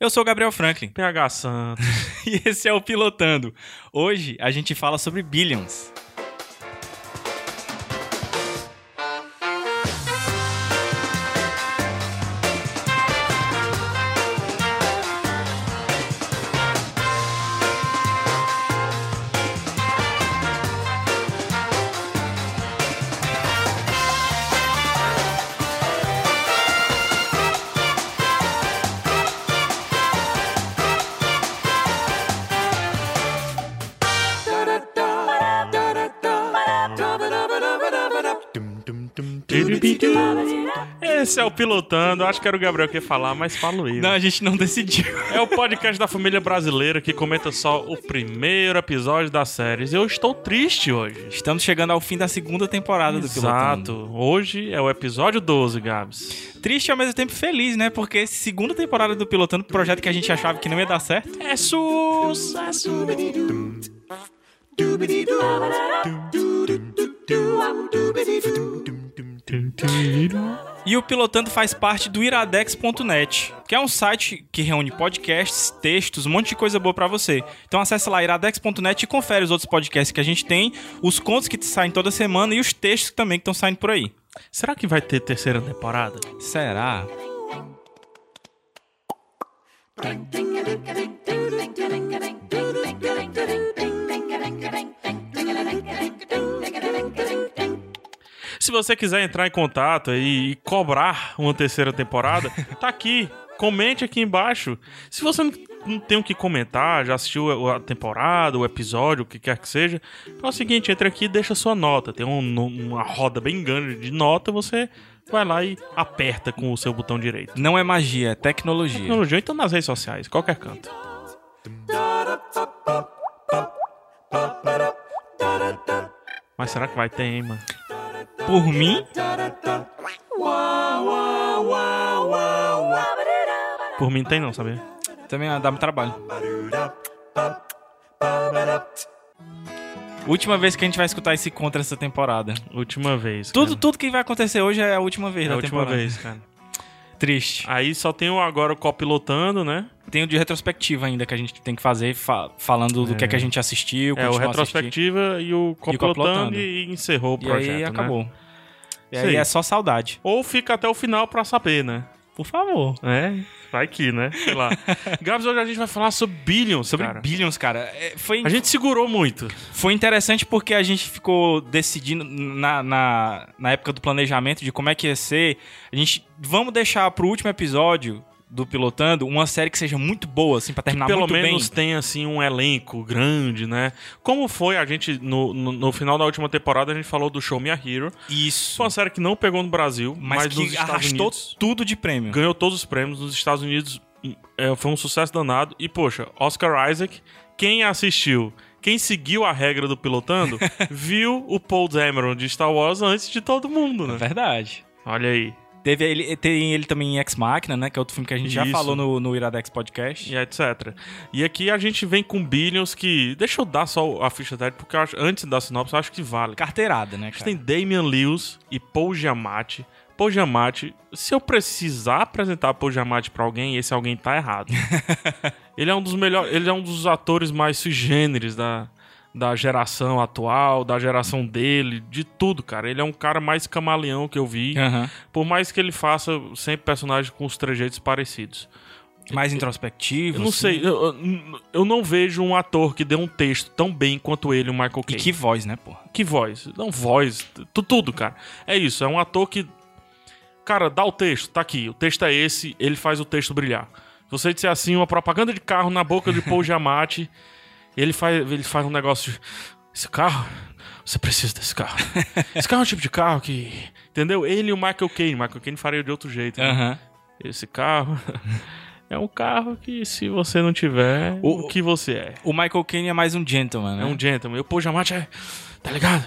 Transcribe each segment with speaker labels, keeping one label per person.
Speaker 1: Eu sou o Gabriel Franklin
Speaker 2: PH Santos.
Speaker 1: e esse é o Pilotando. Hoje a gente fala sobre Billions.
Speaker 2: Esse é o Pilotando. Acho que era o Gabriel que ia falar, mas falo eu.
Speaker 1: Não, a gente não decidiu.
Speaker 2: É o podcast da família brasileira que comenta só o primeiro episódio da série. Eu estou triste hoje.
Speaker 1: Estamos chegando ao fim da segunda temporada do Pilotando.
Speaker 2: Exato. Hoje é o episódio 12, Gabs.
Speaker 1: Triste e ao mesmo tempo feliz, né? Porque segunda temporada do Pilotando, projeto que a gente achava que não ia dar certo, é
Speaker 2: É sucesso.
Speaker 1: E o Pilotando faz parte do iradex.net, que é um site que reúne podcasts, textos, um monte de coisa boa pra você. Então acessa lá iradex.net e confere os outros podcasts que a gente tem, os contos que saem toda semana e os textos também que estão saindo por aí.
Speaker 2: Será que vai ter terceira temporada?
Speaker 1: Será?
Speaker 2: Se você quiser entrar em contato e e cobrar uma terceira temporada, tá aqui. Comente aqui embaixo. Se você não- não tem o que comentar, já assistiu a a temporada, o episódio, o que quer que seja, é o seguinte, entra aqui e deixa sua nota. Tem um- uma roda bem grande de nota, você vai lá e aperta com o seu botão direito.
Speaker 1: Não é magia, é tecnologia.
Speaker 2: Tecnologia, então nas redes sociais, qualquer canto. Mas será que vai ter, hein, mano?
Speaker 1: Por mim,
Speaker 2: Por mim tem não, sabia?
Speaker 1: também dá muito trabalho. Última vez que a gente vai escutar esse contra essa temporada.
Speaker 2: Última vez.
Speaker 1: Tudo,
Speaker 2: cara.
Speaker 1: tudo que vai acontecer hoje é a última vez
Speaker 2: É
Speaker 1: da
Speaker 2: a última
Speaker 1: temporada.
Speaker 2: vez, cara.
Speaker 1: Triste.
Speaker 2: Aí só tem o agora o copilotando, né?
Speaker 1: Tem o de retrospectiva ainda que a gente tem que fazer, fa- falando do que é que a gente assistiu,
Speaker 2: É o
Speaker 1: continua assistindo.
Speaker 2: retrospectiva e o copilotando
Speaker 1: copilotando.
Speaker 2: e, encerrou o
Speaker 1: E
Speaker 2: projeto.
Speaker 1: aí
Speaker 2: né?
Speaker 1: acabou. E
Speaker 2: Isso
Speaker 1: aí
Speaker 2: aí.
Speaker 1: é só saudade.
Speaker 2: Ou fica até o final pra saber, né?
Speaker 1: Por favor.
Speaker 2: É, vai que, né? Sei lá. Gabs, hoje a gente vai falar sobre Billions,
Speaker 1: Sobre
Speaker 2: cara.
Speaker 1: Billions, cara. é, foi,
Speaker 2: A gente segurou muito.
Speaker 1: foi interessante porque a gente ficou decidindo na, na, na época do planejamento de como é que ia ser. A gente. Vamos deixar pro último episódio do Pilotando uma série que seja muito boa, assim, pra terminar
Speaker 2: Pelo
Speaker 1: muito
Speaker 2: menos
Speaker 1: bem.
Speaker 2: tem, assim, um elenco grande, né? Como foi a gente, no, no, no final da última temporada, a gente falou do Show Me a Hero.
Speaker 1: Isso.
Speaker 2: Foi uma série que não pegou no Brasil,
Speaker 1: Mas,
Speaker 2: mas, nos
Speaker 1: que
Speaker 2: Estados
Speaker 1: arrastou
Speaker 2: Unidos.
Speaker 1: tudo de prêmio.
Speaker 2: ganhou todos os prêmios nos Estados Unidos. hum, é, foi um sucesso danado. E, poxa, Oscar Isaac, quem assistiu, quem seguiu a regra do pilotando, viu o Paul Dameron de Star Wars antes de todo mundo, né?
Speaker 1: É Verdade.
Speaker 2: Olha aí.
Speaker 1: Teve ele, tem ele também em Ex Machina, né? Que é outro filme que a gente já
Speaker 2: Isso.
Speaker 1: falou no, no Iradex Podcast.
Speaker 2: E etc. E aqui a gente vem com Billions que. Deixa eu dar só a ficha técnica, porque eu acho- antes da sinopse eu acho que vale.
Speaker 1: Carteirada, né,
Speaker 2: A gente
Speaker 1: cara?
Speaker 2: tem Damian Lewis e Paul Giamatti. Paul Giamatti, se eu precisar apresentar Paul Giamatti pra alguém, esse alguém tá errado. ele é um dos melhores, ele é um dos atores mais sui generis da, da geração atual, da geração dele, de tudo, cara. Ele é um cara mais camaleão que eu vi,
Speaker 1: Aham.
Speaker 2: por mais que ele faça sempre personagens com os trejeitos parecidos.
Speaker 1: Mais introspectivo.
Speaker 2: Eu não
Speaker 1: assim.
Speaker 2: sei, eu, eu- eu não vejo um ator que dê um texto tão bem quanto ele, o Michael
Speaker 1: E
Speaker 2: Caine.
Speaker 1: que voz, né, porra?
Speaker 2: Que voz? Não, voz. tu- Tudo, cara. É isso. É um ator que. Cara, dá o texto. Tá aqui. O texto é esse. Ele faz o texto brilhar. Se você disser assim, uma propaganda de carro na boca de Paul Giamatti, ele faz, ele faz um negócio. de, Esse carro. Você precisa desse carro. Esse carro é um tipo de carro que. Entendeu? Ele e o Michael Caine. Michael Caine faria de outro jeito. né?
Speaker 1: Aham.
Speaker 2: Esse carro. É um carro que, se você não tiver,
Speaker 1: O-
Speaker 2: o que você é?
Speaker 1: O Michael Caine é mais um gentleman, né?
Speaker 2: É um gentleman. E o Paul Giamatti é... Tá ligado?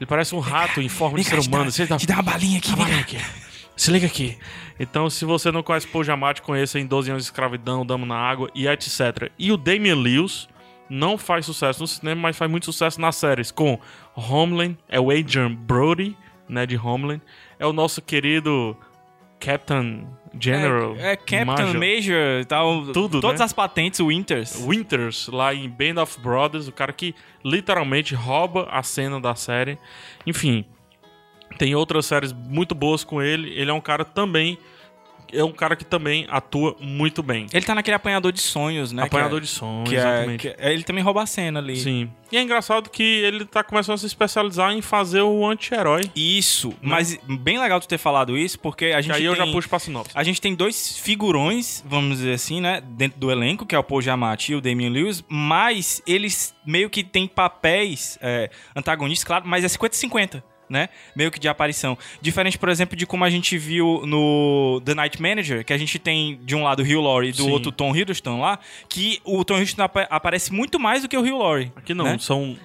Speaker 2: Ele parece um rato em forma de ser humano. Você tá...
Speaker 1: Te dá uma balinha aqui,
Speaker 2: tá
Speaker 1: vem cá.
Speaker 2: maluco aqui. Se liga aqui. Então, se você não conhece Paul Giamatti, conheça em 12 anos de escravidão, Damo na Água e etc. E o Damian Lewis não faz sucesso no cinema, mas faz muito sucesso nas séries. Com Homeland, é o Adrian Brody, né, de Homeland. É o nosso querido Captain General.
Speaker 1: É, é Captain Major e tal.
Speaker 2: Tudo,
Speaker 1: Todas
Speaker 2: né?
Speaker 1: as patentes, Winters.
Speaker 2: Winters, lá em Band of Brothers, o cara que literalmente rouba a cena da série. Enfim, tem outras séries muito boas com ele. Ele é um cara também. É um cara que também atua muito bem.
Speaker 1: Ele tá naquele apanhador de sonhos, né?
Speaker 2: Apanhador de sonhos,
Speaker 1: que é,
Speaker 2: exatamente.
Speaker 1: Que é, que é- ele também rouba a cena ali.
Speaker 2: Sim. E é engraçado que ele tá começando a se especializar em fazer o anti-herói.
Speaker 1: Isso, mas bem legal tu ter falado isso, porque a
Speaker 2: Que
Speaker 1: gente
Speaker 2: aí eu
Speaker 1: tem...
Speaker 2: já puxo pra sinopse.
Speaker 1: A gente tem dois figurões, vamos dizer assim, né? Dentro do elenco, que é o Paul Giamatti e o Damian Lewis, mas eles meio que têm papéis é, antagonistas, claro, mas é 50-50. Né? Meio que de aparição. Diferente, por exemplo, de como a gente viu no The Night Manager, que a gente tem de um lado o Hugh Laurie e do
Speaker 2: Sim.
Speaker 1: outro o Tom Hiddleston lá, que o Tom Hiddleston apa- aparece muito mais do que o Hugh Laurie.
Speaker 2: Aqui não,
Speaker 1: né?
Speaker 2: são.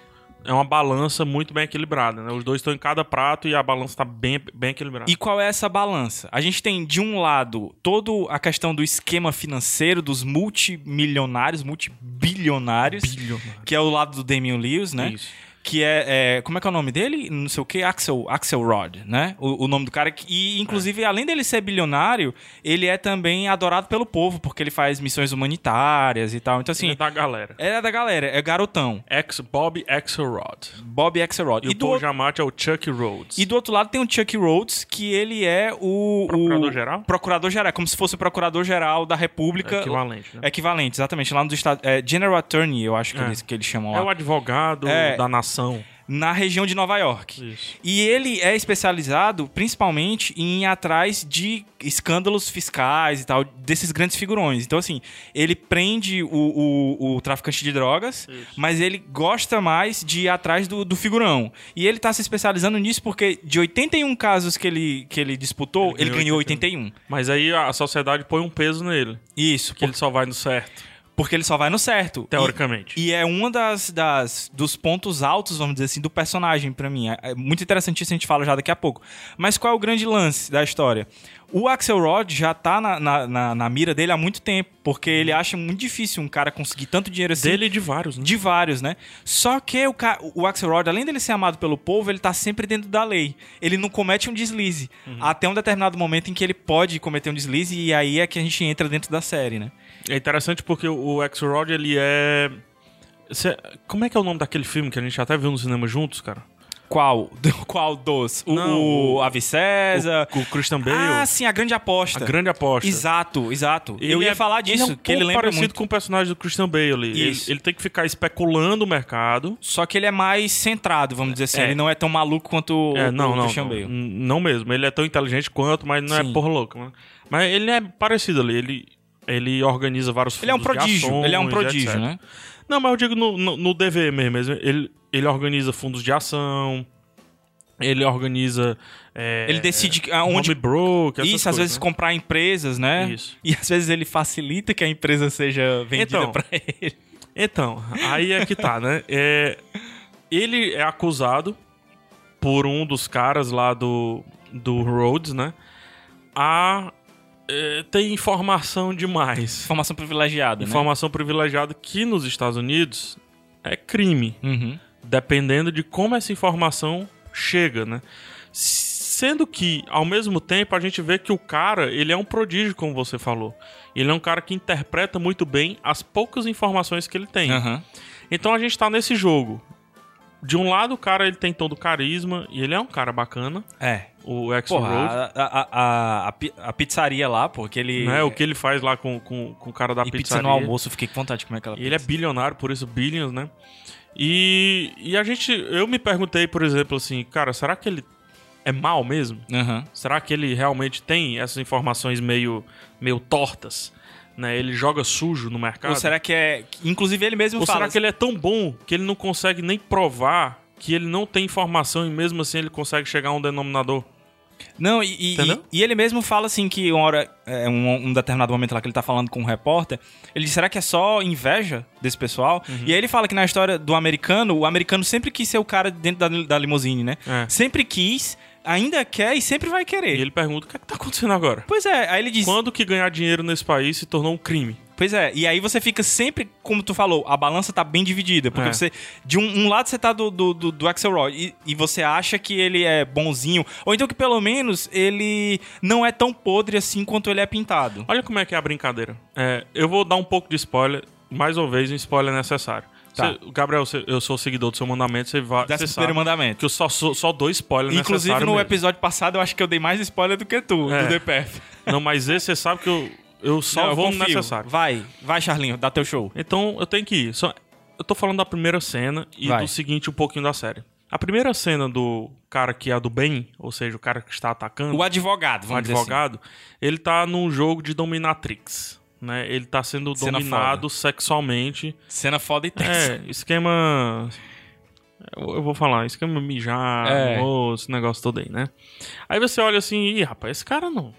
Speaker 2: É uma balança muito bem equilibrada, né? Os dois estão em cada prato e a balança tá bem, bem equilibrada.
Speaker 1: E qual é essa balança? A gente tem, de um lado, toda a questão do esquema financeiro dos multimilionários, multibilionários,
Speaker 2: Bilionário.
Speaker 1: que é o lado do Damian Lewis, né?
Speaker 2: Isso.
Speaker 1: Que é, é- Como é que é o nome dele? Não sei o que, Axel, Axelrod, né? O, o nome do cara. que- E,
Speaker 2: É.
Speaker 1: inclusive, além dele ser bilionário, ele é também adorado pelo povo, porque ele faz missões humanitárias e tal. Então,
Speaker 2: Ele
Speaker 1: assim.
Speaker 2: é da galera.
Speaker 1: Ele é da galera, é garotão.
Speaker 2: Ex Bob Axelrod.
Speaker 1: Bob Axelrod.
Speaker 2: E, o
Speaker 1: do
Speaker 2: Paul
Speaker 1: outro-
Speaker 2: Giamatti é o Chuck Rhodes.
Speaker 1: E do outro lado tem o Chuck Rhodes, que ele é o.
Speaker 2: Procurador-geral?
Speaker 1: O procurador-geral, como se fosse o procurador-geral da República.
Speaker 2: Equivalente, né?
Speaker 1: Equivalente, exatamente. Lá nos Estados. É, General Attorney, eu acho que,
Speaker 2: É.
Speaker 1: eles, que eles chamam
Speaker 2: É o
Speaker 1: lá.
Speaker 2: advogado
Speaker 1: É.
Speaker 2: da nação.
Speaker 1: Na região de Nova York.
Speaker 2: Isso.
Speaker 1: E ele é especializado principalmente em ir atrás de escândalos fiscais e tal, desses grandes figurões. Então, assim, ele prende o, o- o traficante de drogas, mas ele gosta mais de ir atrás do, do figurão. E ele tá se especializando nisso porque de 81 casos que ele, que ele disputou, ele,
Speaker 2: Ele ganhou um.
Speaker 1: ganhou 81.
Speaker 2: Mas aí a sociedade põe um peso nele.
Speaker 1: Isso,
Speaker 2: Que
Speaker 1: por-
Speaker 2: ele só vai no certo,
Speaker 1: porque ele só vai no certo. E-
Speaker 2: teoricamente.
Speaker 1: E é um das, das- dos pontos altos, vamos dizer assim, do personagem pra mim. É é muito interessante isso, a gente fala já daqui a pouco. Mas qual é o grande lance da história? O Axelrod já tá na, na, na- na mira dele há muito tempo, porque ele acha muito difícil um cara conseguir tanto dinheiro assim.
Speaker 2: Dele e de vários, né?
Speaker 1: De vários, né? Só que o, ca- o Axelrod, além dele ser amado pelo povo, ele tá sempre dentro da lei. Ele não comete um deslize. Até um determinado momento em que ele pode cometer um deslize, e aí é que a gente entra dentro da série, né?
Speaker 2: É interessante porque o Axelrod, ele é... Cê- Como é que é o nome daquele filme que a gente até viu no cinema juntos, cara?
Speaker 1: Qual? Qual dos? O,
Speaker 2: Não,
Speaker 1: o, Avicesa?
Speaker 2: O, o Christian Bale.
Speaker 1: Ah, sim, a grande aposta.
Speaker 2: a grande aposta.
Speaker 1: Exato, exato. Eu
Speaker 2: Ele
Speaker 1: ia
Speaker 2: é-
Speaker 1: falar
Speaker 2: ele é
Speaker 1: disso,
Speaker 2: um
Speaker 1: que ele
Speaker 2: pouco
Speaker 1: lembra
Speaker 2: parecido
Speaker 1: muito.
Speaker 2: com o personagem do Christian Bale. Ele,
Speaker 1: Isso.
Speaker 2: ele tem que ficar especulando o mercado.
Speaker 1: Só que ele é mais centrado, vamos dizer assim.
Speaker 2: É.
Speaker 1: Ele não é tão maluco quanto
Speaker 2: É,
Speaker 1: o,
Speaker 2: não,
Speaker 1: o um
Speaker 2: não,
Speaker 1: Christian
Speaker 2: não,
Speaker 1: Bale.
Speaker 2: N- não mesmo. Ele é tão inteligente quanto, mas não é
Speaker 1: Sim.
Speaker 2: porra louca. né? Mas ele é parecido ali. Ele, ele organiza vários
Speaker 1: Ele é um
Speaker 2: fundos de
Speaker 1: prodígio,
Speaker 2: ações,
Speaker 1: ele é um prodígio,
Speaker 2: etc.
Speaker 1: né?
Speaker 2: Não, mas eu digo no, no, no DV mesmo. Ele, ele organiza fundos de ação, ele organiza... é,
Speaker 1: Ele decide que- aonde...
Speaker 2: home broker, essas
Speaker 1: Isso, às
Speaker 2: coisas,
Speaker 1: vezes
Speaker 2: né?
Speaker 1: comprar empresas, né?
Speaker 2: Isso.
Speaker 1: E às vezes ele facilita que a empresa seja vendida
Speaker 2: Então.
Speaker 1: pra ele.
Speaker 2: Então, aí é que tá, né? É, ele é acusado por um dos caras lá do, do Rhodes, né? A é, ter informação demais.
Speaker 1: Informação privilegiada, né?
Speaker 2: Informação privilegiada que nos Estados Unidos é crime,
Speaker 1: Uhum.
Speaker 2: dependendo de como essa informação chega, né? Sendo que, ao mesmo tempo, a gente vê que o cara, ele é um prodígio, como você falou. Ele é um cara que interpreta muito bem as poucas informações que ele tem.
Speaker 1: Aham.
Speaker 2: Então a gente tá nesse jogo. De um lado, o cara ele tem todo o carisma e ele é um cara bacana,
Speaker 1: É.
Speaker 2: o Axel
Speaker 1: Porra,
Speaker 2: Rose.
Speaker 1: a, a, a, a pi- a pizzaria lá, pô, que ele...
Speaker 2: Né? O que ele faz lá com, com, com o cara da
Speaker 1: e pizza
Speaker 2: pizzaria.
Speaker 1: no almoço, eu fiquei com vontade de comer aquela
Speaker 2: E ele é bilionário, por isso Billions, né? E, e a gente. Eu me perguntei, por exemplo, assim, cara, será que ele é mal mesmo?
Speaker 1: pizza. Aham.
Speaker 2: Será que ele realmente tem essas informações meio, meio tortas? Né? Ele joga sujo no mercado?
Speaker 1: Ou será que é. Inclusive ele mesmo
Speaker 2: Ou
Speaker 1: fala. assim.
Speaker 2: será que ele é tão bom que ele não consegue nem provar que ele não tem informação e mesmo assim ele consegue chegar a um denominador?
Speaker 1: assim- Não, e, e-
Speaker 2: Entendeu?
Speaker 1: e- e ele mesmo fala assim que uma hora, é, um, um determinado momento lá que ele tá falando com um repórter, ele diz, será que é só inveja desse pessoal? E aí ele fala que na história do americano, o americano sempre quis ser o cara dentro da, da limusine, né?
Speaker 2: É.
Speaker 1: Sempre quis, ainda quer e sempre vai
Speaker 2: E
Speaker 1: querer.
Speaker 2: ele pergunta: o que, é que tá acontecendo agora?
Speaker 1: Pois é, aí ele diz.
Speaker 2: Quando que ganhar dinheiro nesse país se tornou um crime?
Speaker 1: Pois é, e aí você fica sempre, como tu falou, a balança tá bem dividida. Porque
Speaker 2: É.
Speaker 1: você. De um, um lado você tá do, do, do, do Axelrod e, e você acha que ele é bonzinho. Ou então que pelo menos ele não é tão podre assim quanto ele é pintado.
Speaker 2: Olha como é que é a brincadeira. É, eu vou dar um pouco de spoiler, mais uma vez, um spoiler necessário.
Speaker 1: Tá.
Speaker 2: Cê- Gabriel, cê- eu sou seguidor do seu mandamento, você vai.
Speaker 1: Décimo
Speaker 2: Você sabe
Speaker 1: primeiro mandamento.
Speaker 2: que eu só, só, só dou spoiler
Speaker 1: Inclusive,
Speaker 2: necessário.
Speaker 1: no
Speaker 2: mesmo.
Speaker 1: episódio passado, eu acho que eu dei mais spoiler do que tu,
Speaker 2: É.
Speaker 1: do DPF.
Speaker 2: Não, mas esse você sabe que eu, eu só
Speaker 1: Não, eu
Speaker 2: vou no
Speaker 1: confio.
Speaker 2: necessário.
Speaker 1: Vai, vai, Charlinho, dá teu show.
Speaker 2: Então eu tenho que ir. Só- eu tô falando da primeira cena e
Speaker 1: Vai.
Speaker 2: do seguinte um pouquinho da série. A primeira cena do cara que é do bem, ou seja, o cara que está atacando.
Speaker 1: O advogado,
Speaker 2: um
Speaker 1: vamos dizer assim.
Speaker 2: advogado, ele tá num jogo de dominatrix, né? Ele tá sendo
Speaker 1: Cena
Speaker 2: dominado sexualmente.
Speaker 1: Cena foda e tensa.
Speaker 2: É, esquema... Eu eu vou falar, esquema mijar,
Speaker 1: É.
Speaker 2: ou esse negócio todo aí, né? Aí você olha assim, ih, rapaz, esse cara não...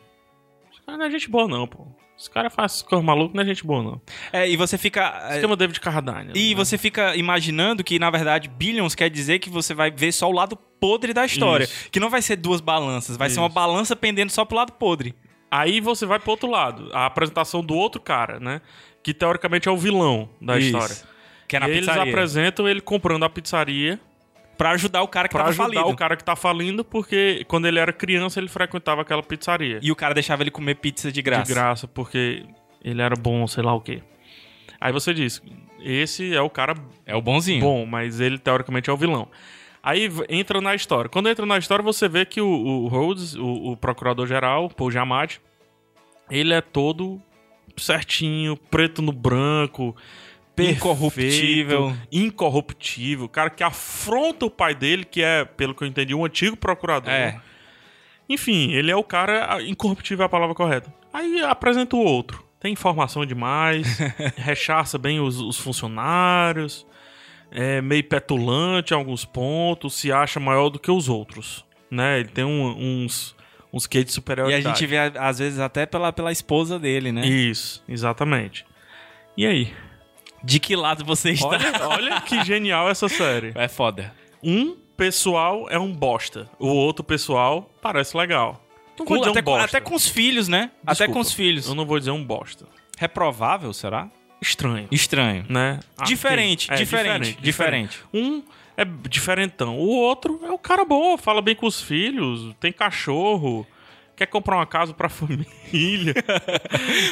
Speaker 2: Esse cara não é gente boa não, pô. Esse cara faz essas coisas malucas, não é gente boa não.
Speaker 1: É, e você fica. é,
Speaker 2: Esquema David Carradine.
Speaker 1: E
Speaker 2: né?
Speaker 1: você fica imaginando que, na verdade, Billions quer dizer que você vai ver só o lado podre da história.
Speaker 2: Isso.
Speaker 1: Que não vai ser duas balanças, vai ser
Speaker 2: Isso.
Speaker 1: uma balança pendendo só pro lado podre.
Speaker 2: Aí você vai pro outro lado, a apresentação do outro cara, né? Que teoricamente é o vilão da
Speaker 1: Isso.
Speaker 2: história.
Speaker 1: Que é na
Speaker 2: e eles
Speaker 1: pizzaria.
Speaker 2: apresentam ele comprando a pizzaria
Speaker 1: Pra ajudar o cara que
Speaker 2: Pra
Speaker 1: tava
Speaker 2: ajudar
Speaker 1: falido.
Speaker 2: o cara que tá falindo, porque quando ele era criança, ele frequentava aquela pizzaria.
Speaker 1: E o cara deixava ele comer pizza de graça.
Speaker 2: De graça, porque ele era bom, sei lá o quê. Aí você diz, esse é o cara
Speaker 1: É o bonzinho.
Speaker 2: bom, mas ele teoricamente é o vilão. Aí v- entra na história. Quando entra na história, você vê que o, o Rhodes, o, o procurador-geral, Paul Giamatti, ele é todo certinho, preto no branco, perfeito,
Speaker 1: Incorruptível.
Speaker 2: incorruptível, cara que afronta o pai dele, que é, pelo que eu entendi, um antigo procurador. né?
Speaker 1: É.
Speaker 2: Enfim, ele é o cara ah, incorruptível é a palavra correta. Aí apresenta o outro. Tem informação demais, rechaça bem os, os funcionários, é meio petulante em alguns pontos, se acha maior do que os outros. Né? Ele tem um- uns, uns quê
Speaker 1: E
Speaker 2: de
Speaker 1: a
Speaker 2: superioridade.
Speaker 1: gente vê, às vezes, até pela, pela esposa dele, né?
Speaker 2: Isso, exatamente. E aí?
Speaker 1: De que lado você está?
Speaker 2: Olha, olha que genial essa série.
Speaker 1: É foda.
Speaker 2: Um pessoal é um bosta, o outro pessoal parece legal. Não vou
Speaker 1: Com-
Speaker 2: dizer
Speaker 1: até,
Speaker 2: um
Speaker 1: com,
Speaker 2: bosta.
Speaker 1: até com os filhos, né? Até
Speaker 2: Desculpa,
Speaker 1: com os filhos.
Speaker 2: Eu não vou dizer um bosta.
Speaker 1: Reprovável, será?
Speaker 2: Estranho.
Speaker 1: Estranho.
Speaker 2: né?
Speaker 1: Diferente,
Speaker 2: Arcane. É,
Speaker 1: diferente, diferente,
Speaker 2: Um é diferentão, o outro é o cara bom, fala bem com os filhos, tem cachorro, quer comprar uma casa pra família,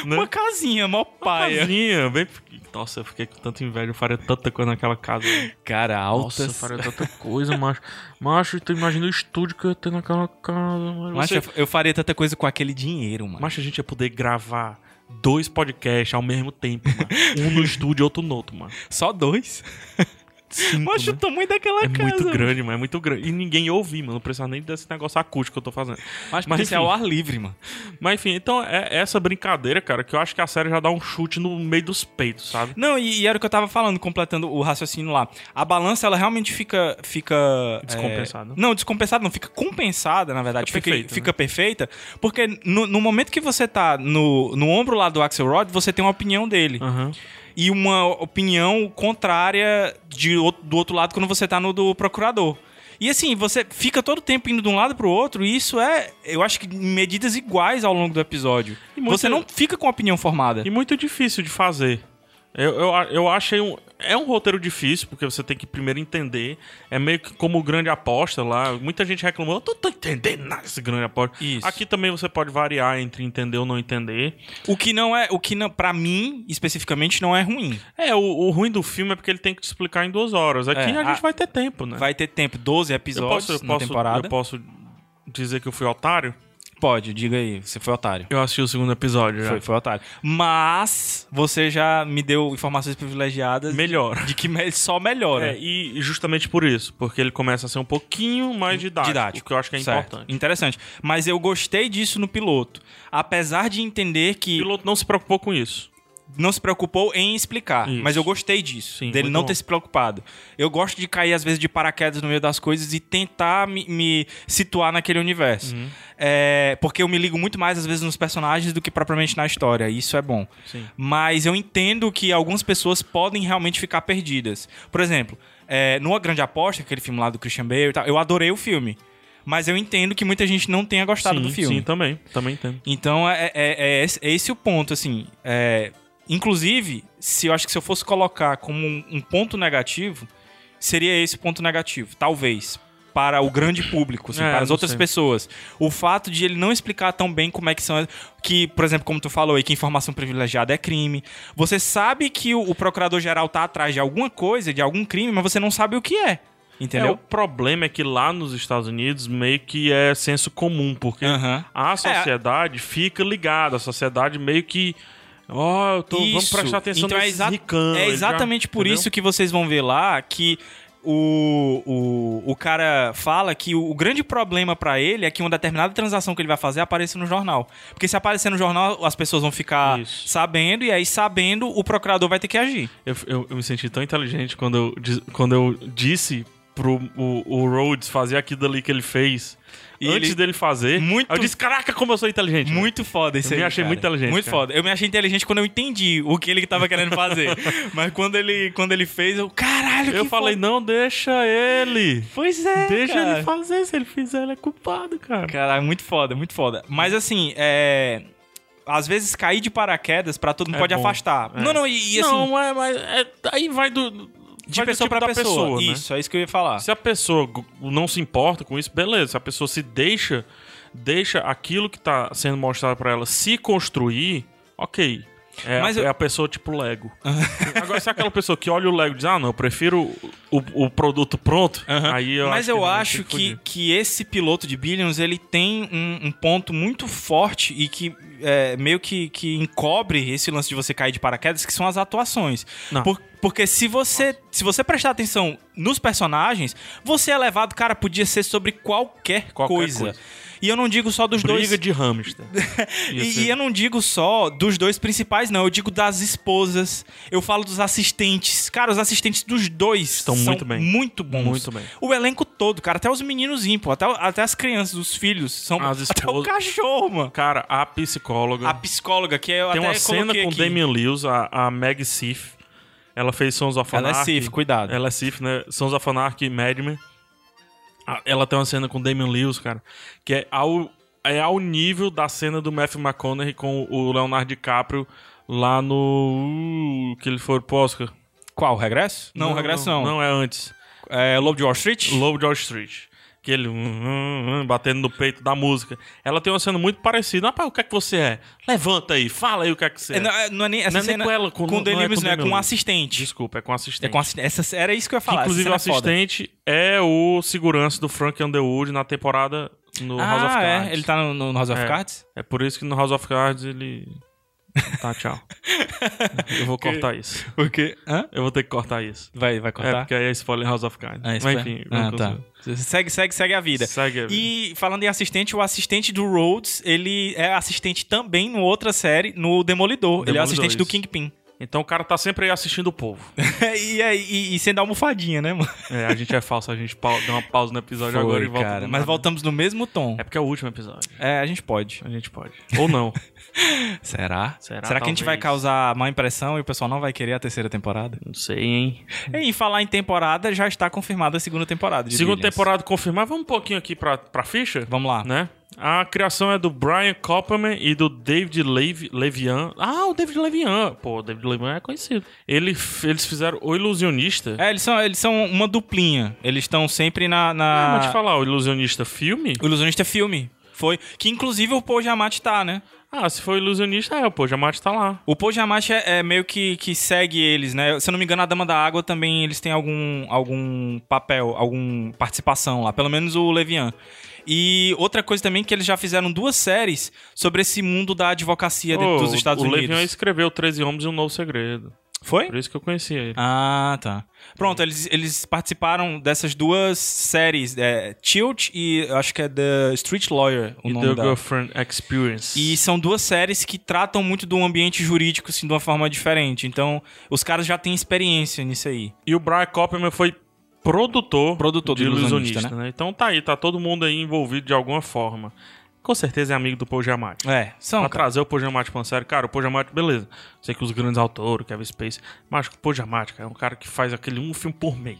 Speaker 2: né?
Speaker 1: Uma casinha, mó paia.
Speaker 2: casinha, bem... Nossa, eu fiquei com tanta inveja, eu faria tanta coisa naquela casa.
Speaker 1: Cara,
Speaker 2: Nossa, eu
Speaker 1: altas.
Speaker 2: faria tanta coisa, macho. Macho, tu imagina o estúdio que eu ia ter naquela casa. Macho,
Speaker 1: Macho,
Speaker 2: Você-
Speaker 1: eu- eu faria tanta coisa com aquele dinheiro, mano.
Speaker 2: macho, a gente ia poder gravar dois podcasts ao mesmo tempo, mano. Um no estúdio e outro no outro, mano.
Speaker 1: Só dois?
Speaker 2: Cinco,
Speaker 1: Macho,
Speaker 2: né?
Speaker 1: o tamanho daquela
Speaker 2: É
Speaker 1: casa.
Speaker 2: muito grande, mano. É muito grande. E ninguém ia ouvir, mano. Não precisa nem desse negócio acústico que eu tô fazendo.
Speaker 1: Mas,
Speaker 2: Mas,
Speaker 1: isso é
Speaker 2: enfim.
Speaker 1: ao ar livre, mano.
Speaker 2: Mas enfim, então é essa brincadeira, cara, que eu acho que a série já dá um chute no meio dos peitos, sabe?
Speaker 1: Não, e, e era o que eu tava falando, completando o raciocínio lá. A balança, ela realmente fica. fica é,
Speaker 2: Descompensada.
Speaker 1: Não, descompensada não, fica compensada, na verdade.
Speaker 2: Fica
Speaker 1: Fica,
Speaker 2: perfeita,
Speaker 1: fica perfeita, né? porque no, no momento que você tá no, no ombro lá do Axelrod, você tem uma opinião dele.
Speaker 2: Aham.
Speaker 1: e uma opinião contrária de, ou- do outro lado quando você tá no do procurador. E assim, você fica todo o tempo indo de um lado pro outro, e isso é, eu acho que em medidas iguais ao longo do episódio.
Speaker 2: E muito-
Speaker 1: Você não fica com a opinião formada.
Speaker 2: E muito difícil de fazer. Eu, eu, a- eu achei um. É um roteiro difícil, porque você tem que primeiro entender. É meio que como o grande aposta lá. Muita gente reclamou, eu não tô entendendo nada desse grande aposta.
Speaker 1: Isso.
Speaker 2: Aqui também você pode variar entre entender ou não entender.
Speaker 1: O que não é, o que não, para mim especificamente não é ruim.
Speaker 2: É, o, o ruim do filme é porque ele tem que te explicar em duas horas. Aqui
Speaker 1: É,
Speaker 2: a gente
Speaker 1: a-
Speaker 2: vai ter tempo, né?
Speaker 1: Vai ter tempo, 12
Speaker 2: Eu
Speaker 1: episódios
Speaker 2: posso, eu,
Speaker 1: na
Speaker 2: posso,
Speaker 1: temporada.
Speaker 2: eu posso dizer que eu fui otário?
Speaker 1: Pode, diga aí, você foi otário.
Speaker 2: Eu assisti o segundo episódio já.
Speaker 1: Foi, foi otário. Mas você já me deu informações privilegiadas
Speaker 2: Melhor.
Speaker 1: de que me- só melhora.
Speaker 2: É, e justamente por isso, porque ele começa a ser um pouquinho mais didático,
Speaker 1: didático.
Speaker 2: o que eu acho que é
Speaker 1: Certo.
Speaker 2: importante.
Speaker 1: Interessante. Mas eu gostei disso no piloto. Apesar de entender
Speaker 2: O
Speaker 1: que
Speaker 2: piloto não se preocupou com isso.
Speaker 1: não se preocupou em explicar.
Speaker 2: Isso.
Speaker 1: Mas eu gostei disso.
Speaker 2: Sim,
Speaker 1: dele
Speaker 2: muito
Speaker 1: não
Speaker 2: bom.
Speaker 1: ter se preocupado. Eu gosto de cair, às vezes, de paraquedas no meio das coisas e tentar me, me situar naquele universo.
Speaker 2: Uhum.
Speaker 1: É, porque eu me ligo muito mais, às vezes, nos personagens do que propriamente na história. E isso é bom.
Speaker 2: Sim.
Speaker 1: Mas eu entendo que algumas pessoas podem realmente ficar perdidas. Por exemplo, é, numa grande aposta, aquele filme lá do Christian Bale e tal, eu adorei o filme. Mas eu entendo que muita gente não tenha gostado
Speaker 2: sim,
Speaker 1: do filme.
Speaker 2: sim, também. Também entendo.
Speaker 1: Então é, é- é esse, é esse o ponto, assim. é, Inclusive, se eu acho que se eu fosse colocar como um, um ponto negativo, seria esse o ponto negativo, talvez. Para o grande público, assim,
Speaker 2: É,
Speaker 1: para as
Speaker 2: não
Speaker 1: outras
Speaker 2: sei.
Speaker 1: pessoas. O fato de ele não explicar tão bem como é que são. Que, por exemplo, como tu falou aí, que informação privilegiada é crime. Você sabe que o, o procurador-geral tá atrás de alguma coisa, de algum crime, mas você não sabe o que é.
Speaker 2: É, o
Speaker 1: Entendeu?
Speaker 2: problema é que lá nos Estados Unidos meio que é senso comum, porque
Speaker 1: Aham.
Speaker 2: É, a sociedade fica ligada, a sociedade meio que. Ó, eu tô. Vamos
Speaker 1: Isso.
Speaker 2: prestar atenção
Speaker 1: Então é
Speaker 2: nesse
Speaker 1: exa-
Speaker 2: ricão.
Speaker 1: É
Speaker 2: ele já-
Speaker 1: exatamente por
Speaker 2: entendeu?
Speaker 1: isso que vocês vão ver lá que o, o, o cara fala que o, o grande problema pra ele é que uma determinada transação que ele vai fazer apareça no jornal. Porque se aparecer no jornal, as pessoas vão ficar
Speaker 2: Isso.
Speaker 1: sabendo, e aí sabendo, o procurador vai ter que agir.
Speaker 2: Eu, eu- eu me senti tão inteligente quando eu, dis- quando eu disse pro o, o Rhodes fazer aquilo ali que ele fez
Speaker 1: E
Speaker 2: antes
Speaker 1: ele-
Speaker 2: dele fazer.
Speaker 1: Muito-
Speaker 2: Aí Eu disse, caraca, como eu sou inteligente. velho."
Speaker 1: Muito foda isso
Speaker 2: Eu
Speaker 1: aí.
Speaker 2: me achei
Speaker 1: cara.
Speaker 2: muito inteligente,
Speaker 1: Muito
Speaker 2: cara.
Speaker 1: foda. Eu me achei inteligente quando eu entendi o que ele tava querendo fazer. Mas quando ele, quando ele fez, eu. Caralho,
Speaker 2: Eu
Speaker 1: que
Speaker 2: falei,
Speaker 1: foda.
Speaker 2: não, deixa ele.
Speaker 1: Pois é.
Speaker 2: Deixa
Speaker 1: cara.
Speaker 2: ele fazer, se ele fizer, ele é culpado, cara.
Speaker 1: Caralho, muito foda, muito foda. Mas assim, é. Às vezes cair de paraquedas pra todo mundo
Speaker 2: É
Speaker 1: pode
Speaker 2: bom,
Speaker 1: afastar.
Speaker 2: é.
Speaker 1: Não, não, e, e, assim.
Speaker 2: não, é, mas é- aí vai do.
Speaker 1: de
Speaker 2: vai do
Speaker 1: pessoa
Speaker 2: tipo
Speaker 1: pra
Speaker 2: da
Speaker 1: pessoa.
Speaker 2: né?
Speaker 1: Isso, é isso que eu ia falar.
Speaker 2: Se a pessoa gu- não se importa com isso, beleza. Se a pessoa se deixa, deixa aquilo que tá sendo mostrado pra ela se construir, ok. É,
Speaker 1: Mas
Speaker 2: a,
Speaker 1: eu-
Speaker 2: é a pessoa tipo Lego. Agora, se é aquela pessoa que olha o Lego e diz, ah, não, eu prefiro o, o produto pronto, aí eu
Speaker 1: Mas
Speaker 2: acho
Speaker 1: eu
Speaker 2: que não,
Speaker 1: acho
Speaker 2: tem
Speaker 1: que,
Speaker 2: fugir.
Speaker 1: que esse piloto de Billions, ele tem um, um ponto muito forte e que é, meio que, que encobre esse lance de você cair de paraquedas, que são as atuações.
Speaker 2: Não.
Speaker 1: Por- porque se você, se você prestar atenção nos personagens, você é levado, cara, podia ser sobre qualquer,
Speaker 2: Qualquer
Speaker 1: coisa.
Speaker 2: coisa.
Speaker 1: E eu não digo só dos
Speaker 2: Briga
Speaker 1: dois...
Speaker 2: de hamster. Isso.
Speaker 1: E, e eu não digo só dos dois principais, não. Eu digo das esposas. Eu falo dos assistentes. Cara, os assistentes dos dois
Speaker 2: Estão
Speaker 1: são
Speaker 2: muito bem.
Speaker 1: muito bons.
Speaker 2: Muito bem.
Speaker 1: O elenco todo, cara. Até os meninos pô. Até, o- até as crianças, os filhos. São,
Speaker 2: As
Speaker 1: Até o
Speaker 2: esposas-
Speaker 1: cachorro, mano.
Speaker 2: Cara, a psicóloga.
Speaker 1: A psicóloga, que eu até
Speaker 2: Tem uma cena
Speaker 1: coloquei
Speaker 2: com
Speaker 1: aqui.
Speaker 2: Damian Lewis, a, a Meg Sif. Ela fez Sons of
Speaker 1: Ela é
Speaker 2: Anarchy.
Speaker 1: Sif, cuidado.
Speaker 2: Ela é Sif, né? Sons of Anarchy e Madman. Ah, Ela tem uma cena com Damian Lewis, cara, que é ao, é ao nível da cena do Matthew McConaughey com o Leonardo DiCaprio lá no... uh, que ele foi pro Oscar.
Speaker 1: Qual? Regresso? Não, regresso não.
Speaker 2: Não, é antes.
Speaker 1: É Lobo de Wall Street?
Speaker 2: Lobo de Wall Street. Que ele hum, hum, hum, batendo no peito da música. Ela tem uma cena muito parecida. Rapaz, o que é que você é? Levanta aí, fala aí o que é que você é.
Speaker 1: É, não, é- não é nem essa
Speaker 2: Não é nem
Speaker 1: cena.
Speaker 2: com ela, com-
Speaker 1: o
Speaker 2: não é
Speaker 1: Daniel
Speaker 2: com
Speaker 1: Lewis, não, é
Speaker 2: Daniel
Speaker 1: com um
Speaker 2: Lewis.
Speaker 1: assistente.
Speaker 2: Desculpa, é com assistente.
Speaker 1: É com assistente. Essa, era isso que eu ia
Speaker 2: Que,
Speaker 1: falar.
Speaker 2: inclusive, o
Speaker 1: essa cena é foda.
Speaker 2: assistente é o segurança do Frank Underwood na temporada no House of
Speaker 1: ah,
Speaker 2: Cards.
Speaker 1: é. Ele tá no, no House of
Speaker 2: É.
Speaker 1: Cards?
Speaker 2: É por isso que no House of Cards ele. Tá, tchau. Eu vou cortar isso.
Speaker 1: Por quê? Hã?
Speaker 2: Eu vou ter que cortar isso.
Speaker 1: Vai, vai
Speaker 2: É,
Speaker 1: cortar?
Speaker 2: porque aí é spoiler House of Cards.
Speaker 1: Ah,
Speaker 2: Mas
Speaker 1: isso foi-
Speaker 2: enfim,
Speaker 1: ah,
Speaker 2: não
Speaker 1: tá.
Speaker 2: consigo.
Speaker 1: Segue, segue, segue a vida.
Speaker 2: Segue a vida.
Speaker 1: E falando em assistente, o assistente do Rhodes, ele é assistente também no outra série, no Demolidor. ele é
Speaker 2: Demolidor,
Speaker 1: o assistente do
Speaker 2: isso.
Speaker 1: Kingpin.
Speaker 2: Então o cara tá sempre aí assistindo o povo.
Speaker 1: e, aí- e, e sendo almofadinha, né, mano?
Speaker 2: É, a gente é falso, a gente pau- deu uma pausa no episódio agora e volta. do
Speaker 1: Mas
Speaker 2: nada.
Speaker 1: voltamos no mesmo tom.
Speaker 2: É porque é o último episódio.
Speaker 1: É, a gente pode.
Speaker 2: A gente pode. Ou não.
Speaker 1: Será?
Speaker 2: Será,
Speaker 1: que a gente
Speaker 2: talvez. Uhum.
Speaker 1: vai causar má impressão e o pessoal não vai querer a terceira temporada?
Speaker 2: Não sei, hein?
Speaker 1: E em falar em temporada, já está confirmada a segunda temporada. de
Speaker 2: Segunda
Speaker 1: Billions.
Speaker 2: temporada confirmada. Vamos um pouquinho aqui pra, pra ficha?
Speaker 1: Vamos lá.
Speaker 2: né? A criação é do Brian Copperman e do David Levi- Levian. Ah, o David Levian. Pô, o David Levian é conhecido. Ele, f- eles fizeram O Ilusionista.
Speaker 1: É, eles são, eles são uma duplinha. Eles estão sempre na.
Speaker 2: Ah,
Speaker 1: na...
Speaker 2: mas te falar, o Ilusionista filme?
Speaker 1: O Ilusionista é filme. Foi. Que inclusive o Paul Giamatti tá, né?
Speaker 2: Ah, se for Ilusionista, é, pô, Jamate tá lá.
Speaker 1: O Paul Giamatti é, é meio que, que segue eles, né? Se eu não me engano, a Dama da Água também eles têm algum, algum papel, alguma participação lá. Pelo menos o Levian. E outra coisa também que eles já fizeram duas séries sobre esse mundo da advocacia de-
Speaker 2: Pô,
Speaker 1: É dos
Speaker 2: o-
Speaker 1: Estados
Speaker 2: o
Speaker 1: Unidos.
Speaker 2: Levian é escreveu 13 Homens e um Novo Segredo.
Speaker 1: Foi?
Speaker 2: Por isso que eu conhecia ele.
Speaker 1: Ah, tá. Pronto, eles, eles participaram dessas duas séries, é, Tilt e eu acho que é The Street Lawyer, o
Speaker 2: e
Speaker 1: nome
Speaker 2: The
Speaker 1: da...
Speaker 2: Girlfriend Experience.
Speaker 1: E são duas séries que tratam muito do ambiente jurídico, assim, de uma forma diferente. Então, os caras já têm experiência nisso aí.
Speaker 2: E o Brian Copperman foi produtor,
Speaker 1: Produtor do
Speaker 2: de ilusionista,
Speaker 1: Ilusionista,
Speaker 2: né? Então tá aí, tá todo mundo aí envolvido de alguma forma. Com certeza é amigo do Paul Giamatti.
Speaker 1: É, são.
Speaker 2: pra
Speaker 1: cara.
Speaker 2: trazer o Pojamate pra uma série. Cara, o Pojamate, beleza. Sei que os grandes autores, Kevin Space. Mas acho que o Pojamate, cara, é um cara que faz aquele um filme por mês.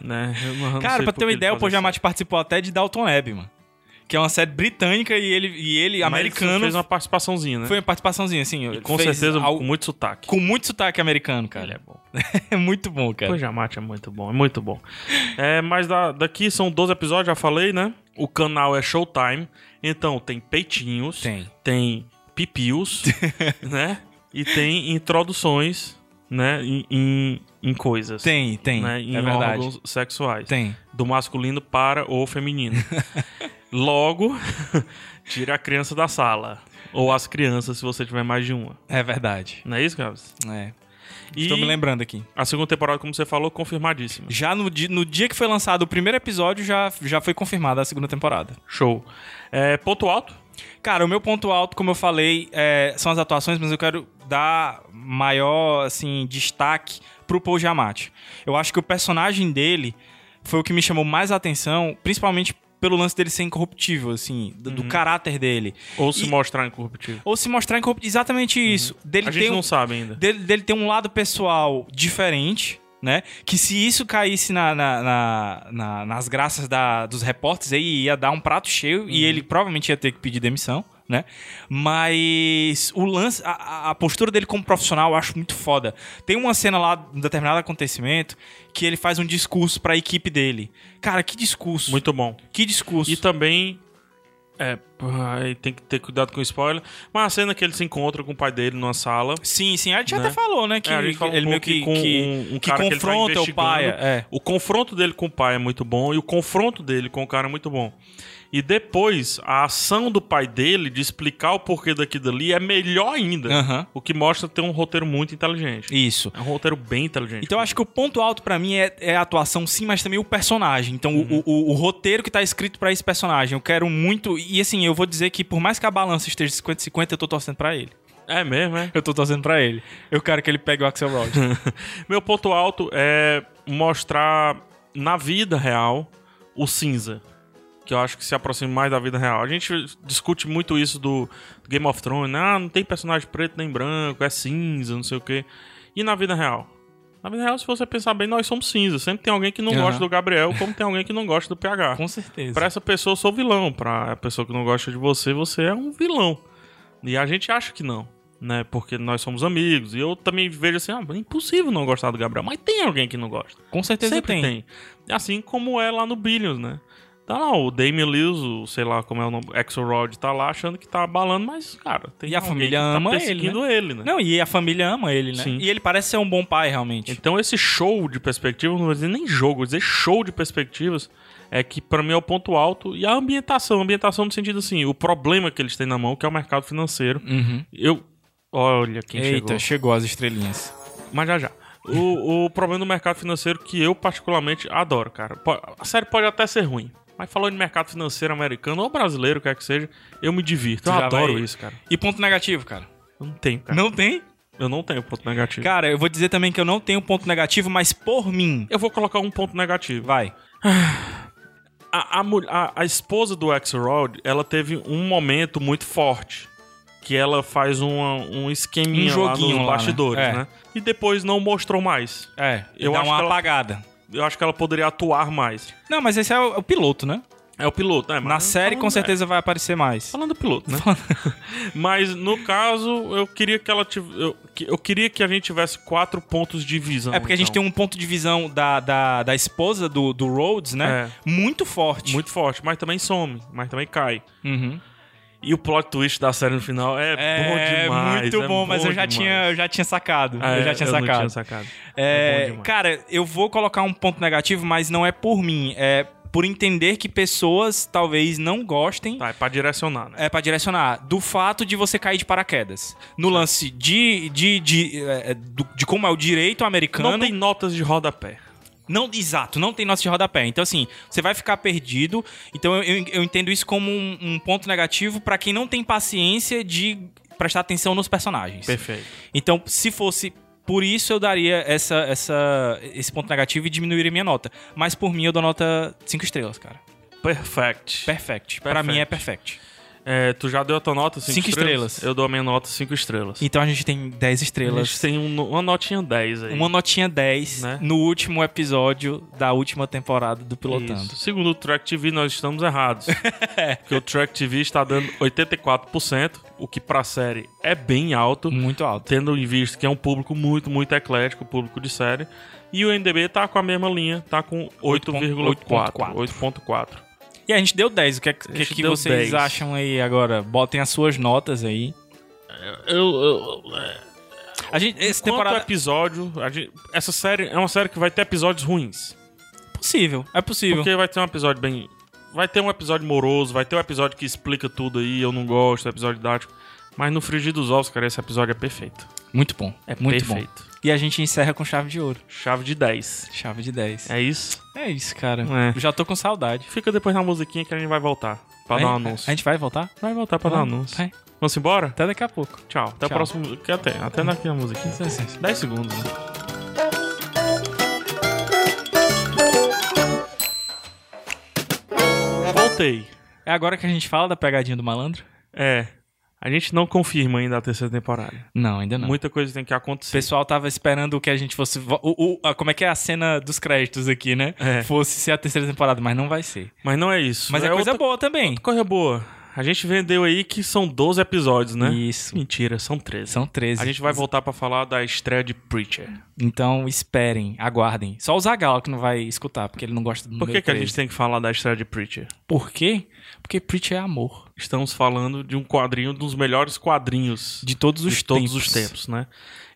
Speaker 2: né? Eu não- não
Speaker 1: Cara,
Speaker 2: sei
Speaker 1: pra
Speaker 2: por
Speaker 1: ter
Speaker 2: que
Speaker 1: uma
Speaker 2: ele
Speaker 1: ideia, o
Speaker 2: faz isso.
Speaker 1: Pojamati participou até de Dalton Web, mano. que é uma série britânica e ele, e ele
Speaker 2: Mas
Speaker 1: americano,
Speaker 2: Fez uma participaçãozinha, né?
Speaker 1: foi uma participaçãozinha, assim. ele
Speaker 2: Com
Speaker 1: fez
Speaker 2: certeza,
Speaker 1: algo-
Speaker 2: com muito sotaque.
Speaker 1: com muito sotaque americano, cara.
Speaker 2: bom.
Speaker 1: É muito bom, cara.
Speaker 2: Pois Mate é muito bom, é muito bom. É, mas da- daqui são 12 episódios, já falei, né? O canal é Showtime, então tem peitinhos,
Speaker 1: Tem.
Speaker 2: é. tem pipios, né? E tem introduções, né? Em, em, em coisas.
Speaker 1: Tem, tem.
Speaker 2: Né? Em
Speaker 1: é verdade.
Speaker 2: órgãos sexuais.
Speaker 1: Tem.
Speaker 2: Do masculino para o feminino. Logo, tira a criança da sala. Ou as crianças, se você tiver mais de uma.
Speaker 1: É verdade.
Speaker 2: Não é isso, Gabs?
Speaker 1: É.
Speaker 2: E
Speaker 1: Estou me lembrando aqui.
Speaker 2: a segunda temporada, como você falou, confirmadíssima.
Speaker 1: Já no, di- no dia que foi lançado o primeiro episódio, já, já foi confirmada a segunda temporada.
Speaker 2: Show. É, ponto alto?
Speaker 1: Cara, o meu ponto alto, como eu falei, é, são as atuações, mas eu quero dar maior, assim, destaque pro Paul Giamatti. Eu acho que o personagem dele foi o que me chamou mais a atenção, principalmente pelo lance dele ser incorruptível, assim, do,
Speaker 2: Uhum.
Speaker 1: do caráter dele.
Speaker 2: Ou se
Speaker 1: E-
Speaker 2: mostrar incorruptível?
Speaker 1: Ou se mostrar incorruptível. Exatamente isso. Dele
Speaker 2: Uhum. a
Speaker 1: ter
Speaker 2: gente
Speaker 1: um-
Speaker 2: não sabe ainda.
Speaker 1: dele, dele ter um lado pessoal diferente, né? Que se isso caísse na- na- na- na- nas graças da- dos repórteres, aí ia dar um prato cheio
Speaker 2: Uhum.
Speaker 1: e ele provavelmente ia ter que pedir demissão, né? Mas o lance, a- a, a postura dele como profissional eu acho muito foda. Tem uma cena lá, de um determinado acontecimento, que ele faz um discurso pra equipe dele. Cara, que discurso!
Speaker 2: Muito Então, bom.
Speaker 1: Que discurso!
Speaker 2: E também. É, pô, aí tem que ter cuidado com o spoiler. Mas a cena que ele se encontra com o pai dele numa sala.
Speaker 1: Sim, sim, a gente
Speaker 2: Né?
Speaker 1: até falou, né? Que
Speaker 2: É, a
Speaker 1: ele
Speaker 2: gente falou um
Speaker 1: meio
Speaker 2: pouco que
Speaker 1: que,
Speaker 2: com
Speaker 1: que-
Speaker 2: um- um
Speaker 1: que
Speaker 2: cara que ele tá
Speaker 1: confronta o pai.
Speaker 2: investigando.
Speaker 1: É.
Speaker 2: O confronto dele com o pai é muito bom e o confronto dele com o cara é muito bom. E depois, a ação do pai dele de explicar o porquê daqui e dali é melhor ainda.
Speaker 1: Aham.
Speaker 2: O que mostra ter um roteiro muito inteligente.
Speaker 1: Isso.
Speaker 2: É um roteiro bem inteligente.
Speaker 1: Então eu acho que o ponto alto pra mim é, é a atuação, sim, mas também o personagem. Então o, o- o roteiro que tá escrito pra esse personagem. Eu quero muito. E assim, eu vou dizer que por mais que a balança esteja 50-50, eu tô torcendo pra ele.
Speaker 2: É mesmo, é?
Speaker 1: Eu tô torcendo pra ele. Eu quero que ele pegue o Axel Rod.
Speaker 2: Meu ponto alto é mostrar na vida real o cinza. Que eu acho que se aproxima mais da vida real. A gente discute muito isso do Game of Thrones, né? Ah, não tem personagem preto nem branco, é cinza, não sei o quê. E na vida real? Na vida real, se você pensar bem, nós somos cinza. Sempre tem alguém que não
Speaker 1: Aham.
Speaker 2: gosta do Gabriel, como tem alguém que não gosta do PH.
Speaker 1: Com certeza.
Speaker 2: Pra essa pessoa, eu sou vilão. Pra pessoa que não gosta de você, você é um vilão. E a gente acha que não, né? Porque nós somos amigos. E eu também vejo assim, ah, é impossível não gostar do Gabriel. Mas tem alguém que não gosta.
Speaker 1: Com certeza
Speaker 2: Sempre
Speaker 1: tem.
Speaker 2: tem. Assim como é lá no Billions, né? Tá lá, o Damien Lewis, o, sei lá como é o nome, Axelrod tá lá achando que tá abalando, mas, cara, tem
Speaker 1: E a
Speaker 2: alguém
Speaker 1: família
Speaker 2: que tá
Speaker 1: ama ele,
Speaker 2: perseguindo ele, né?
Speaker 1: Não, e a família ama ele, né?
Speaker 2: Sim.
Speaker 1: E ele parece ser um bom pai, realmente.
Speaker 2: Então esse show de perspectivas, não vou dizer nem jogo, vou dizer show de perspectivas, é que pra mim é o ponto alto e a ambientação, a ambientação no sentido assim, o problema que eles têm na mão, que é o mercado financeiro.
Speaker 1: Uhum.
Speaker 2: Eu olha quem
Speaker 1: Eita, chegou.
Speaker 2: chegou.
Speaker 1: as estrelinhas.
Speaker 2: Mas já já. O, o problema do mercado financeiro que eu particularmente adoro, cara. Po- A série pode até ser ruim, mas falando de mercado financeiro americano ou brasileiro, quer que seja, eu me divirto. Eu
Speaker 1: Já
Speaker 2: adoro
Speaker 1: vai-
Speaker 2: isso, cara.
Speaker 1: E ponto negativo, cara?
Speaker 2: Eu não tenho, cara.
Speaker 1: Não tem?
Speaker 2: Eu não tenho ponto negativo.
Speaker 1: Cara, eu vou dizer também que eu não tenho ponto negativo, mas por mim.
Speaker 2: Eu vou colocar um ponto negativo.
Speaker 1: Vai.
Speaker 2: a, a, mu- a- a esposa do Axelrod, ela teve um momento muito forte. Que ela faz uma- um esqueminha
Speaker 1: Um joguinho
Speaker 2: lá nos
Speaker 1: lá, né?
Speaker 2: bastidores,
Speaker 1: É.
Speaker 2: né? E depois não mostrou mais.
Speaker 1: É,
Speaker 2: eu
Speaker 1: dá
Speaker 2: acho
Speaker 1: uma
Speaker 2: que ela-
Speaker 1: apagada.
Speaker 2: Eu acho que ela poderia atuar mais.
Speaker 1: Não, mas esse é o, é o piloto, né?
Speaker 2: É o piloto, né? Mas
Speaker 1: Na série, com
Speaker 2: falando-
Speaker 1: certeza, vai aparecer mais.
Speaker 2: Falando do piloto, né? Mas no caso, eu queria que ela tivesse. Eu, que- eu queria que a gente tivesse quatro pontos de visão. então.
Speaker 1: É porque a gente tem um ponto de visão da, da, da esposa do, do Rhodes, né? Muito forte.
Speaker 2: É. Muito forte, mas também some, mas também cai.
Speaker 1: Uhum.
Speaker 2: E o plot twist da série no final é,
Speaker 1: É,
Speaker 2: bom demais.
Speaker 1: muito
Speaker 2: é
Speaker 1: bom, mas eu já,
Speaker 2: demais.
Speaker 1: tinha, eu já tinha sacado.
Speaker 2: Ah,
Speaker 1: eu já tinha
Speaker 2: não
Speaker 1: sacado.
Speaker 2: sacado.
Speaker 1: É,
Speaker 2: É bom demais.
Speaker 1: cara, eu vou colocar um ponto negativo, mas não é por mim. É por entender que pessoas talvez não gostem
Speaker 2: Tá, é pra direcionar, né?
Speaker 1: é para direcionar do fato de você cair de paraquedas no
Speaker 2: Tá.
Speaker 1: lance de de, de, é, do- de como é o direito americano
Speaker 2: não tem notas de rodapé.
Speaker 1: Não, exato, não tem nosso de rodapé. Então, assim, você vai ficar perdido. Então, eu, eu- eu entendo isso como um, um ponto negativo pra quem não tem paciência de prestar atenção nos personagens.
Speaker 2: Perfeito.
Speaker 1: Então, se fosse por isso, eu daria essa, essa, esse ponto negativo e diminuiria minha nota. Mas por mim, eu dou nota 5 estrelas, cara.
Speaker 2: Perfect.
Speaker 1: Perfect. Pra
Speaker 2: Perfect.
Speaker 1: mim é perfect.
Speaker 2: É, tu já deu a tua nota? Cinco,
Speaker 1: Cinco
Speaker 2: estrelas?
Speaker 1: estrelas.
Speaker 2: Eu dou a minha nota cinco estrelas.
Speaker 1: Então a gente tem 10
Speaker 2: A
Speaker 1: estrelas.
Speaker 2: gente tem um- uma notinha 10 aí.
Speaker 1: Uma notinha 10
Speaker 2: Né?
Speaker 1: no último episódio da última temporada do Pilotando.
Speaker 2: Isso. Segundo o Track TV, nós estamos errados. porque o Track TV está dando 84%, o que pra série é bem alto,
Speaker 1: Muito alto.
Speaker 2: tendo em vista que é um público muito, muito eclético, público de série. E o NDB tá com a mesma linha, tá com 8,4.
Speaker 1: 8,4.
Speaker 2: 8,4.
Speaker 1: E a gente deu 10. O que, é que,
Speaker 2: A gente
Speaker 1: que
Speaker 2: deu
Speaker 1: vocês
Speaker 2: 10.
Speaker 1: acham aí agora? Botem as suas notas aí.
Speaker 2: Eu,
Speaker 1: A gente, essa
Speaker 2: Quanto
Speaker 1: temporada
Speaker 2: episódio, a gente- essa série é uma série que vai ter episódios ruins.
Speaker 1: é possível. É possível.
Speaker 2: Porque vai ter um episódio bem. Vai ter um episódio moroso, vai ter um episódio que explica tudo aí, eu não gosto, é episódio didático. Mas no frigir dos ovos, cara, esse episódio é perfeito.
Speaker 1: Muito bom.
Speaker 2: É
Speaker 1: muito bom.
Speaker 2: perfeito.
Speaker 1: E a gente encerra com chave de ouro.
Speaker 2: Chave de 10.
Speaker 1: Chave de 10. É,
Speaker 2: É isso?
Speaker 1: isso, cara.
Speaker 2: É.
Speaker 1: Eu Já tô com saudade.
Speaker 2: Fica depois na musiquinha que a gente vai voltar pra
Speaker 1: Hein?
Speaker 2: dar um
Speaker 1: A
Speaker 2: anúncio.
Speaker 1: gente vai voltar?
Speaker 2: Vai voltar pra dar um
Speaker 1: Vamos.
Speaker 2: anúncio.
Speaker 1: Vai.
Speaker 2: Vamos embora?
Speaker 1: Até daqui a pouco.
Speaker 2: Tchau. Até o
Speaker 1: Tchau.
Speaker 2: próximo. que Até, até daqui a musiquinha.
Speaker 1: Sim, sim, sim.
Speaker 2: 10 segundos, né? Voltei.
Speaker 1: É agora que a gente fala da pegadinha do malandro?
Speaker 2: É. A gente não confirma ainda a terceira temporada.
Speaker 1: Não, ainda não.
Speaker 2: Muita coisa tem que
Speaker 1: O
Speaker 2: acontecer.
Speaker 1: pessoal tava esperando que a gente fosse. vo- O, o- a- como é que é a cena dos créditos aqui, né?
Speaker 2: É.
Speaker 1: Fosse ser a terceira temporada, mas não vai ser.
Speaker 2: Mas não é isso.
Speaker 1: Mas é, coisa
Speaker 2: outra
Speaker 1: boa também.
Speaker 2: coisa boa. A gente vendeu aí que são 12 episódios, né?
Speaker 1: Isso.
Speaker 2: Mentira, são 13.
Speaker 1: São 13.
Speaker 2: A gente vai voltar pra falar da estreia de Preacher.
Speaker 1: Então esperem, aguardem. Só o Zagal que não vai escutar, porque ele não gosta do
Speaker 2: Por
Speaker 1: número
Speaker 2: que, que a
Speaker 1: 13.
Speaker 2: gente tem que falar da estreia de Preacher?
Speaker 1: Por quê? Porque Preach é amor.
Speaker 2: Estamos falando de um quadrinho, dos melhores quadrinhos
Speaker 1: De todos os
Speaker 2: de
Speaker 1: tempos.
Speaker 2: todos os tempos, né?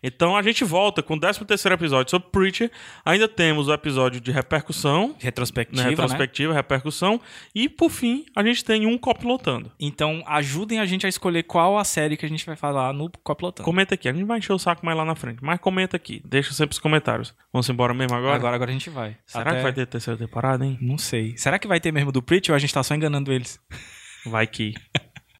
Speaker 2: Então a gente volta com o 13 terceiro episódio sobre Preacher. Ainda temos o episódio de repercussão,
Speaker 1: Retrospectiva,
Speaker 2: né?
Speaker 1: né?
Speaker 2: retrospectiva, repercussão. E por fim, a gente tem um copilotando.
Speaker 1: Então ajudem a gente a escolher qual a série que a gente vai falar no Coplotão.
Speaker 2: Comenta aqui, a gente vai encher o saco mais lá na frente. Mas comenta aqui, deixa sempre os comentários. Vamos embora mesmo agora?
Speaker 1: Agora, agora a gente vai.
Speaker 2: Será
Speaker 1: Até-
Speaker 2: que vai ter terceira temporada, hein?
Speaker 1: Não sei. Será que vai ter mesmo do Preach ou a gente tá só enganando eles?
Speaker 2: Vai que.